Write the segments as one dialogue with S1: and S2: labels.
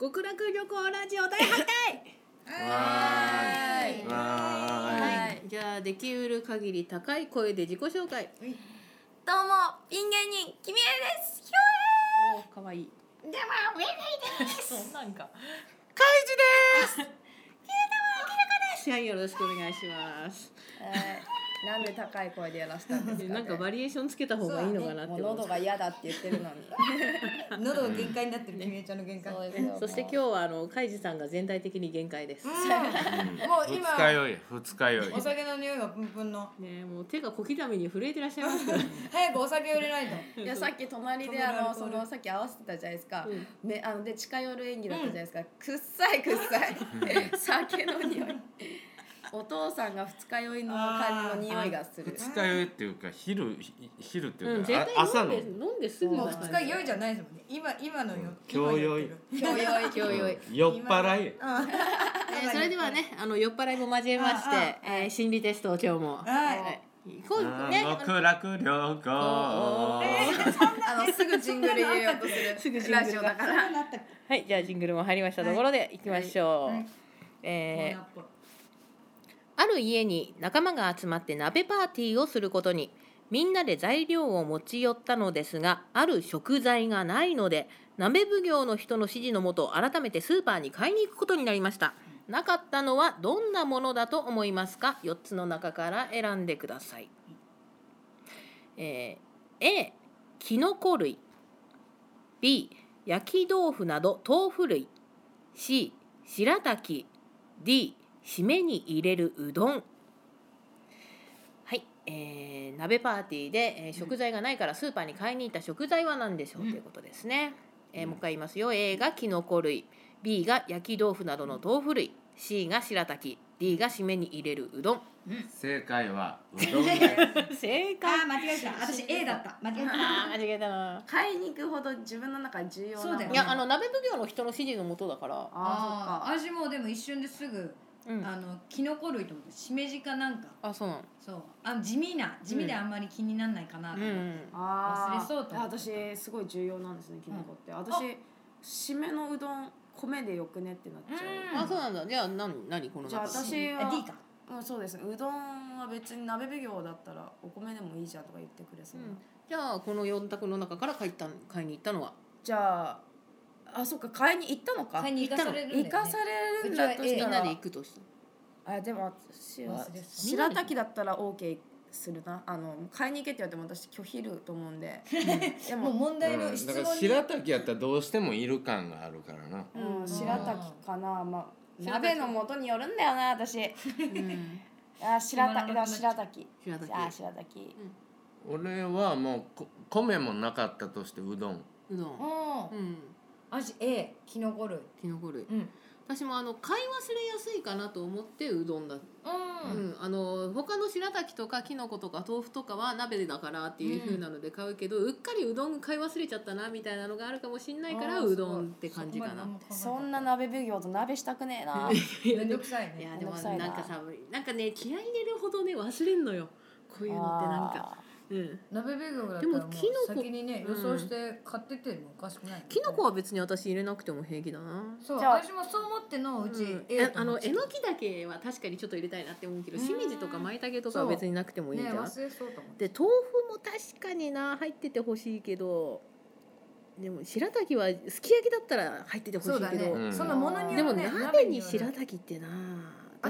S1: 極楽旅行ラジオ第8回
S2: は
S3: ーい
S2: はーい
S1: はい、じゃあできうる限り高い声で自己紹介
S3: どうも、ピン芸人、きみえです。ひ
S1: かわいい
S3: ょえ。では、ウェイウェイです。 そんなんか。
S1: はいよろしくお願いします
S4: なんで高い声でやらせたんですか、ね。
S1: なんかバリエーションつけた方がいいのかなって
S4: もう
S1: 思
S4: 喉が嫌だって言ってるのに。
S5: 喉が限界になってる、きみえちゃんの限界。
S4: ですよ
S1: そして今日
S4: も
S1: はあのカイジさんが全体的に限界です、
S5: もう
S2: 二
S5: 今
S2: 日酔い二日酔い
S5: お酒の匂いがプンプンの。
S1: ねもう手が小刻みに震えてらっしゃいますから
S5: 早くお酒を入れないと。
S4: ういやさっき隣であのそのさっき合わせてたじゃないですか。
S1: うん
S4: めあので近寄る演技だったじゃないですか。くっさいくっさい。酒の匂い。お父さんが二日酔いの感じの匂いがする。
S2: 二日酔いっていうか昼ひ昼って
S1: う
S2: い
S1: ん
S2: う
S1: 絶
S2: か、あ
S1: 対
S2: 朝
S1: 飲ん
S2: の
S1: で飲んですぐ
S5: もう
S1: の
S5: 二日酔いじゃないですもんね。今今のよ。
S2: 今日酔い
S5: 今やってる
S4: 強酔い。
S1: 強酔い
S2: うん酔っ払い
S5: うん。
S1: えーそれではねあの酔っ払いも交えまして
S5: ああ、
S1: えー心理テストを今日も
S5: はい
S1: いこうねあの
S2: 極楽旅行
S4: あのすぐジングル入れようとする。ラジオだから。
S1: はいじゃあジングルも入りましたところでいきましょう、えーある家に仲間が集まって鍋パーティーをすることにみんなで材料を持ち寄ったのですがある食材がないので鍋奉行の人の指示のもと改めてスーパーに買いに行くことになりましたなかったのはどんなものだと思いますか4つの中から選んでください、えー A きのこ類 B 焼き豆腐など豆腐類 C 白滝 D 締めに入れるうどんはい、えー、鍋パーティーで、えー食材がないからスーパーに買いに行った食材は何でしょう、ということですね、えーもう一回言いますよ A がきのこ類 B が焼き豆腐などの豆腐類 C が白滝 D が締めに入れるうどん
S2: 正解はうどんだ
S1: 正
S5: あ
S1: 解
S5: ー間違えた。私 A だった。間違え
S1: あ
S5: た。
S1: ー間違えたな
S4: 買いに行くほど自分の中で重要なもの
S5: そうだよ
S1: いやあの鍋奉行の人の指示のもとだから
S4: あ
S5: あー、私もうでも一瞬ですぐ
S1: うん
S5: あのキノコ類と思ってしめじかなんか。
S1: あそうなの
S5: そう。あの地味な地味であんまり気にならないかな
S1: う
S5: と
S1: んう
S5: 思って。
S1: ん
S3: あ
S5: 忘れそうと思った
S3: 私、すごい重要なんですね、きのこって。私、締めのうどん、米でよくねってなっち
S5: うん
S3: ゃ
S1: あそうなんだじゃあ何何この
S3: じゃあ
S1: 中で
S3: 私は
S5: あ D か。
S3: う。うん、そうですね。うどんは別に鍋奉行だったら、お米でもいいじゃんとか言ってくれそうな
S1: うん。じゃあこの4択の中から買いった買いに行ったのは
S3: じゃあ、あ、そっか、買いに行ったのか。
S5: 買いに行かされるんだよ
S3: 行
S5: ね。
S3: かされるんだとし
S1: み
S3: た
S1: んな
S3: ら
S1: で行くとした
S3: あでも私は
S5: 忘れてた
S3: 白滝だったら OK するなあの買いに行けって言われても私拒否ると思うん で、で
S5: もう
S3: も、
S5: 問題の質
S2: だから
S5: 問に。
S2: 白滝やったらどうしてもいる感があるからな
S3: うん、白滝かなまあ
S1: 白滝
S3: 鍋の元によるんだよな私
S1: うん
S3: あ白滝
S5: 今の
S3: だ
S5: なくなっちゃ
S3: 白
S5: う
S3: 滝
S1: 白滝
S3: じゃあ白滝
S2: 俺はもうこ米もなかったとしてうどん
S1: うど
S5: うんん
S1: う。ん
S5: 私 A キノコ類。
S1: きのこ類
S5: うん。
S1: 私もあの買い忘れやすいかなと思ってうどんだ、う
S5: うん
S1: んあの他の白滝とかきのことか豆腐とかは鍋だからっていう風なので買うけど、うっかりうどん買い忘れちゃったなみたいなのがあるかもしんないから
S5: あー
S1: うどんって感じかな。
S3: そんな
S5: な
S3: 鍋奉行と鍋したくねえ な
S5: めんどくさい
S1: いや
S5: ね
S1: でも
S3: めんどくさいな
S1: なんかさなんかね気合い入れるほどね忘れんのよこういうのってなんか。
S3: あ
S1: うん
S5: 鍋ベーグルだった
S1: で
S5: ら
S1: も
S5: も
S1: キノ
S5: う
S1: コ
S5: 先にね
S1: うん
S5: 予想して買っててもおかしくない
S1: きのこは別に私入れなくても平気だな。
S5: そう
S3: じゃあ
S5: 私もそう思ってんのをうち
S1: うん、
S5: A
S1: えあのえの
S5: き
S1: きだけは確かにちょっと入れたいなって思うけど
S5: うん
S1: しめじとかまいたけとかは別になくてもいいじ
S5: ね
S1: ゃん、
S5: 忘れそうと思って
S1: で豆腐も確かにな入っててほしいけどでも白滝はすき焼きだったら入っててほし
S5: そう
S1: い
S5: だ
S1: けど、
S2: う
S5: ね
S2: ん
S5: そのものに
S1: でも
S5: よるね
S1: 鍋に
S5: よる
S1: 白滝ってな
S5: あ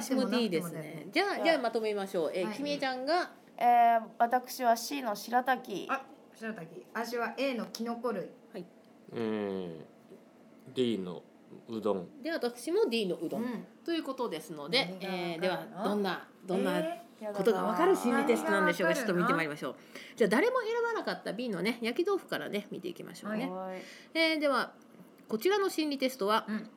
S1: 私も
S5: でもなくても
S1: D です
S5: だよ
S1: ね
S5: ね
S1: じゃあじゃあまとめましょう、え
S5: はい
S1: きみえちゃんが
S3: ーえー、私は C の白滝
S5: あ白滝私は A のキノコ類
S2: うん D のうどん
S1: で私も D のうどん、
S5: ん
S1: ということですので、
S5: 何が
S1: えー
S5: わかるの
S1: ではどんなどんな、
S5: え
S1: ことがわかる心理テストなんでしょうかちょっ
S5: 何
S1: と見
S5: がわかるの
S1: てまいりましょうじゃあ誰も選ばなかった B のね焼き豆腐からね見ていきましょうね、
S3: はい
S1: えーではこちらの心理テストは、
S5: うん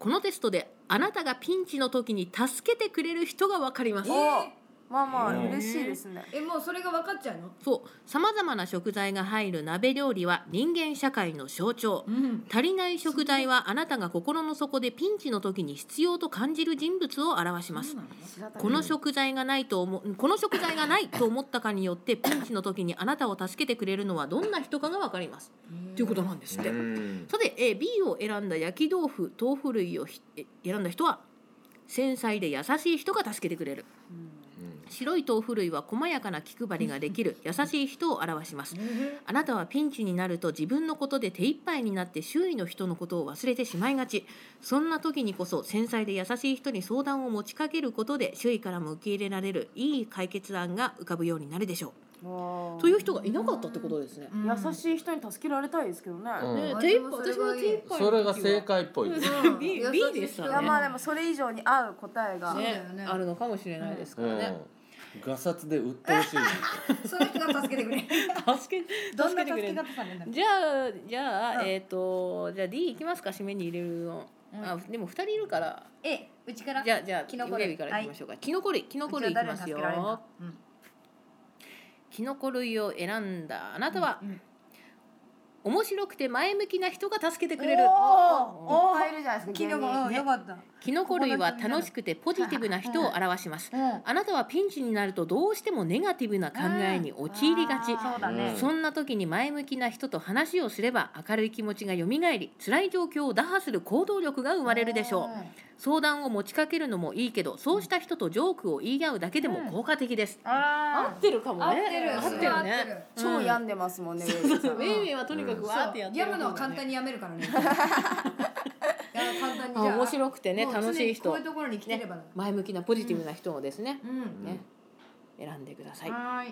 S1: このテストであなたがピンチの時に助けてくれる人がわかりま
S5: ー
S1: す
S5: え
S3: まあまあ
S2: うん
S3: 嬉しいですね。
S5: えもうそれが分かっちゃうの
S1: そうさまざまな食材が入る鍋料理は人間社会の象徴
S5: うん
S1: 足りない食材はあなたが心の底でピンチの時に必要と感じる人物を表します
S3: 白
S1: こ
S3: 谷
S1: の食材がないと思う この食材がないと思ったかによってピンチの時にあなたを助けてくれるのはどんな人かがわかりますということなんですって、
S2: うん
S1: さて、えー B を選んだ焼き豆腐豆腐類をひえ選んだ人は繊細で優しい人が助けてくれる白い豆腐類は細やかな気配りができる優しい人を表しますあなたはピンチになると自分のことで手一杯になって周囲の人のことを忘れてしまいがちそんな時にこそ繊細で優しい人に相談を持ちかけることで周囲からも受け入れられるいい解決案が浮かぶようになるでしょうという人がいなかったってことですね。
S3: 優しい人に助けられたいですけどね。
S2: うん
S1: ね
S5: うん
S1: 手一杯
S5: 私も
S1: 私
S5: それ
S1: は
S5: がいい
S1: 手一杯の時は
S2: それが正解っぽいです
S5: うん
S1: B
S5: 優し
S1: B
S5: い人
S1: でした
S3: い
S1: ね
S3: やまあでもそれ以上に合う答えが、
S5: そうだ
S1: ね
S5: よね
S1: あるのかもしれないですか
S2: う
S1: ら
S2: ん
S1: ね。
S2: ガサツで売ってほしいです
S5: その人が助けて くれる
S1: 助け
S5: どん
S1: 助
S5: な
S1: けてくれ
S5: 助け
S1: る。
S5: 方されるんだろう
S1: じゃあじゃあ、
S5: うん
S1: えっ、とじゃあ D いきますか締めに入れるの。
S5: うん
S1: あでも二人いるから。
S5: A うちから
S1: じゃあじゃあ
S5: キノコ類
S1: ウェビからいきましょうか。キノコ類キノコ類いきます
S5: うちは誰に助けられる
S1: よ
S5: の。うん
S1: キノコ類を選んだあなたは、
S5: うんうん
S1: 面白くて前向きな人が助けてくれる。
S3: おお入るじゃないですか。
S5: キノコ
S3: 芸人
S5: うんよかった
S1: キノコ類は楽しくてポジティブな人を表します。
S5: うん
S1: あなたはピンチになるとどうしてもネガティブな考えに陥りがち。
S3: あーそうだね。
S1: そんな時に前向きな人と話をすれば明るい気持ちが蘇り辛い状況を打破する行動力が生まれるでしょう相談を持ちかけるのもいいけどそうした人とジョークを言い合うだけでも効果的です、合
S3: あ
S1: ってるかも
S5: 合っ
S1: ね
S5: てる
S1: 合
S5: そ
S1: っ
S5: れ
S1: てる
S5: は合って
S1: ね
S3: ー
S5: る
S3: 超病んでますもんね。ウェイさん
S1: ウェイウェイはとにかくわーってやって
S5: やむのは簡単にやめる からねいや簡単にじゃあ
S1: 面白くてね
S5: もう常に
S1: 楽しい
S5: こ
S1: 人
S5: ういうところに来てればな
S1: 前向きなポジティブな人をですね、
S5: うん
S1: ね選んでください、
S5: は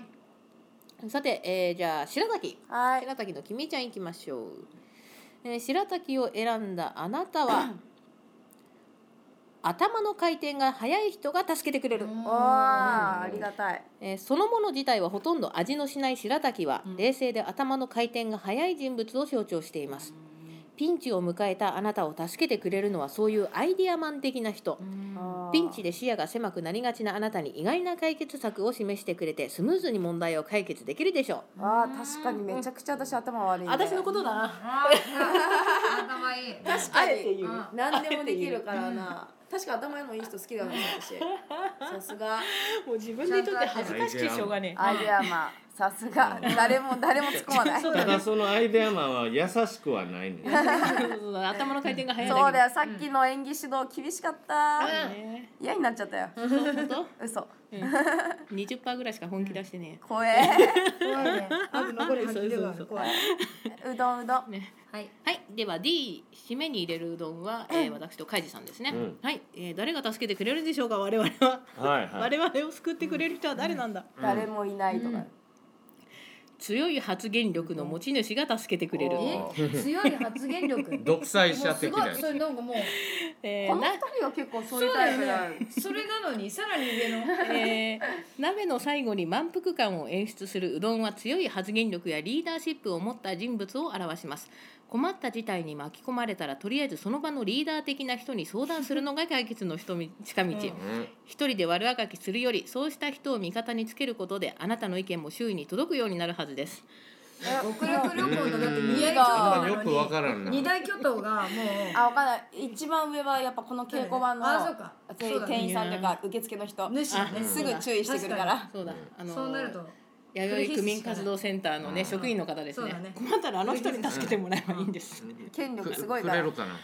S5: ーい
S1: さて、えーじゃあ白滝
S3: はい。
S1: 白滝のきみちゃんいきましょう、えー、白滝を選んだあなたは頭の回転が速い人が助けてくれる、
S3: おーありがたい。
S1: えーそのもの自体はほとんど味のしない白滝は、
S5: ん
S1: 冷静で頭の回転が速い人物を象徴しています、ピンチを迎えたあなたを助けてくれるのはそういうアイデアマン的な人、
S3: あー
S1: ピンチで視野が狭くなりがちなあなたに意外な解決策を示してくれてスムーズに問題を解決できるでしょ
S3: あー確かにめちゃくちゃ私頭悪い、
S1: う、
S3: ね。
S1: 私のことだな
S5: あー頭いい確
S1: あえて言う、
S5: うん
S3: 何でもできるからな。確か頭のいい人好きだな私。さすが。
S1: もう自分で言っとって恥ずかしくてしょうがね
S3: アイデアマン。さすが。誰も誰も突っ込 まない。
S2: ただそのアイデアマンは優しくはないね
S1: え。頭の回転が速い
S3: そうだ
S1: だ
S3: よさっきの演技指導厳しかった
S1: け。ね
S3: 嫌になっちゃったよ
S1: 本当
S3: 嘘
S1: 二十パーぐらいしか本気出してね
S3: 怖え
S5: 怖いねあと残り8秒ある怖いう
S3: どん うどん
S1: え。ね
S5: はい
S1: はい、では D 締めに入れるうどんは、えー、私とカイジさんですね。
S2: うん
S1: はい、えー、誰が助けてくれるでしょうか我々は。
S2: はいは
S1: 我
S2: い。
S1: 々を救ってくれる人は誰なんだ。
S3: 誰もいないとか
S1: 強い発言力の持ち主が助けてくれる。
S5: え強い発言力
S2: 独裁者的
S5: もう
S2: な
S5: すごいそれなんかもう
S1: え
S3: こ
S1: ー
S3: の
S1: な
S3: 二人は結構そう
S5: そ
S3: いうう
S5: だ
S3: タイプだ
S5: よ
S3: よ
S5: ねそれなのにさらに上の
S1: えー鍋の最後に満腹感を演出するうどんは強い発言力やリーダーシップを持った人物を表します困った事態に巻き込まれたらとりあえずその場のリーダー的な人に相談するのが解決の人み 近道、
S2: うん
S1: 一人で悪あがきするよりそうした人を味方につけることであなたの意見も周囲に届くようになるはずです
S5: 極力旅行のだって
S2: うん
S5: 二大巨頭
S2: あんま
S5: な
S2: よくわか
S5: の
S2: らんな。
S5: に二大巨頭がもう
S3: あわかんない一番上はやっぱこの稽古場の
S5: あそうか
S3: 店
S5: そうだね
S3: 店員さんとか受付の人
S5: 主だ
S1: あ
S5: ね
S3: すぐ注意してくるか ら
S1: そうだあの
S5: そうなると
S1: 弥生区民活動センターのね職員の方です
S5: そう
S1: ね
S5: だね
S1: 困ったらあの人に助けてもらえばいいんです、
S3: 権力すごい
S2: く
S3: か
S2: れ
S3: ら
S2: るかな。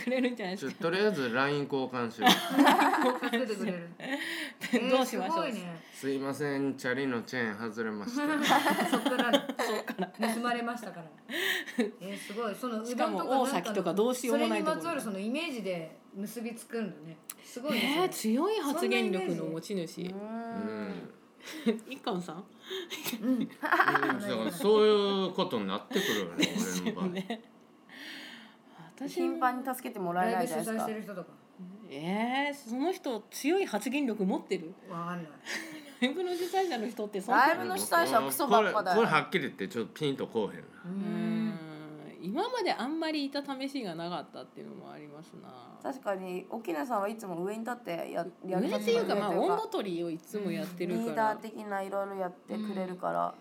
S1: くれるんじゃないで
S2: ち
S1: す
S2: ょ
S1: か
S2: とりあえずライン交換しよう。
S5: 助けてくれる
S1: どうしましょう
S5: えーすごいね
S2: すいません、チャリのチェーン外れました。
S5: そっから盗まれましたから。えー、すごいそのうどん
S1: し
S5: と
S1: か
S5: か
S1: も
S5: なん
S1: 大崎とかどうしようもないとこ
S5: それ
S1: ろ
S5: にまつわるそのイメージで結びつくんだね。すごい
S1: えー、
S5: ね。
S1: 強い発言力の持ち主
S3: う
S2: うんん。
S1: 一貫さん
S2: うんだからそういうことになってくるよね、俺の場合。
S1: ね私も
S3: 頻繁に助けても
S5: それ
S3: らえな
S5: ライ
S3: い
S5: ブ
S3: じ
S5: 主
S3: ゃないですか
S5: 催してる人とか。
S1: えー、その人強い発言力持ってる
S5: わかんない。
S1: ライブの主催者の人ってそんな
S3: ライブの主催者はクソばっかだ
S2: これこれ
S3: よ
S2: はっきり言ってちょっとピンとこうへんな。
S1: うーん今まであんまりいた試しがなかったっていうのもありますな
S3: 確かに沖縄さんはいつも上に立ってやや
S1: 上っていうかまあ
S3: と
S1: 温度取りをいつもやって
S3: リ
S1: るか
S3: ーダー
S1: ら
S3: 的ないろいろやってくれるから、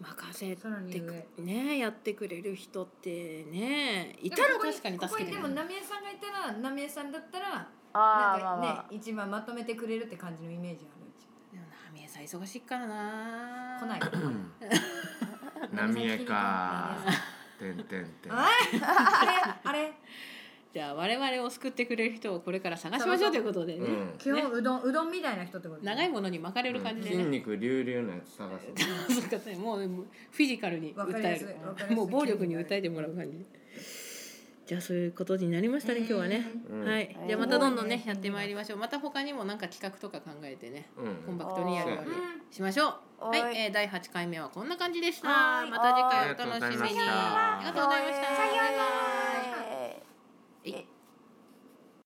S1: 任せ
S5: さらに
S1: て
S5: 上
S1: くねやってくれる人ってねいたら確かに
S5: ここ
S1: 助
S5: に
S1: けて
S5: で
S1: く
S5: も
S1: れる
S5: 浪江さんがいたら浪江さんだったら
S3: あ
S5: な
S3: あ
S5: ん
S3: まあ
S5: かね、
S3: まあ、
S5: 一番まとめてくれるって感じのイメージあるうち
S1: でもなみえさん忙しいからな
S5: 来ない
S2: 浪江かてんてんてん
S5: あれ あれ
S1: じゃあ我々を救ってくれる人をこれから探しましょうということでね、
S2: うん
S5: 基本うどんうどんみたいな人ってこと
S1: 長いものに巻かれる感じで
S2: 筋
S1: ね、
S2: 肉隆々のやつ探す
S1: そうかねもうもうフィジカルに
S5: わか
S1: 訴
S5: りや
S1: え
S5: すいわかりやす
S1: る
S5: い
S1: もう暴力に訴えてもらう感じじゃあそういうことになりましたね、今日はね、
S2: うん
S1: はい
S3: はい
S1: じゃあまたどんどんね
S5: うん
S1: やってまいりましょうまた他にもなんか企画とか考えてね
S2: うん
S1: コンパクトにやるようにしましょう
S3: は
S1: はいい、えー第8回目はこんな感じでした
S5: は
S1: ま
S5: い
S1: た次回お楽しみに
S2: あ
S1: あ
S2: り
S1: りがとうご
S2: がとうござ
S1: ざ
S2: い
S1: い
S2: ま
S1: ま
S2: し
S1: したた
S2: さ
S1: バ
S2: よ
S1: イバイ
S3: えー
S1: えい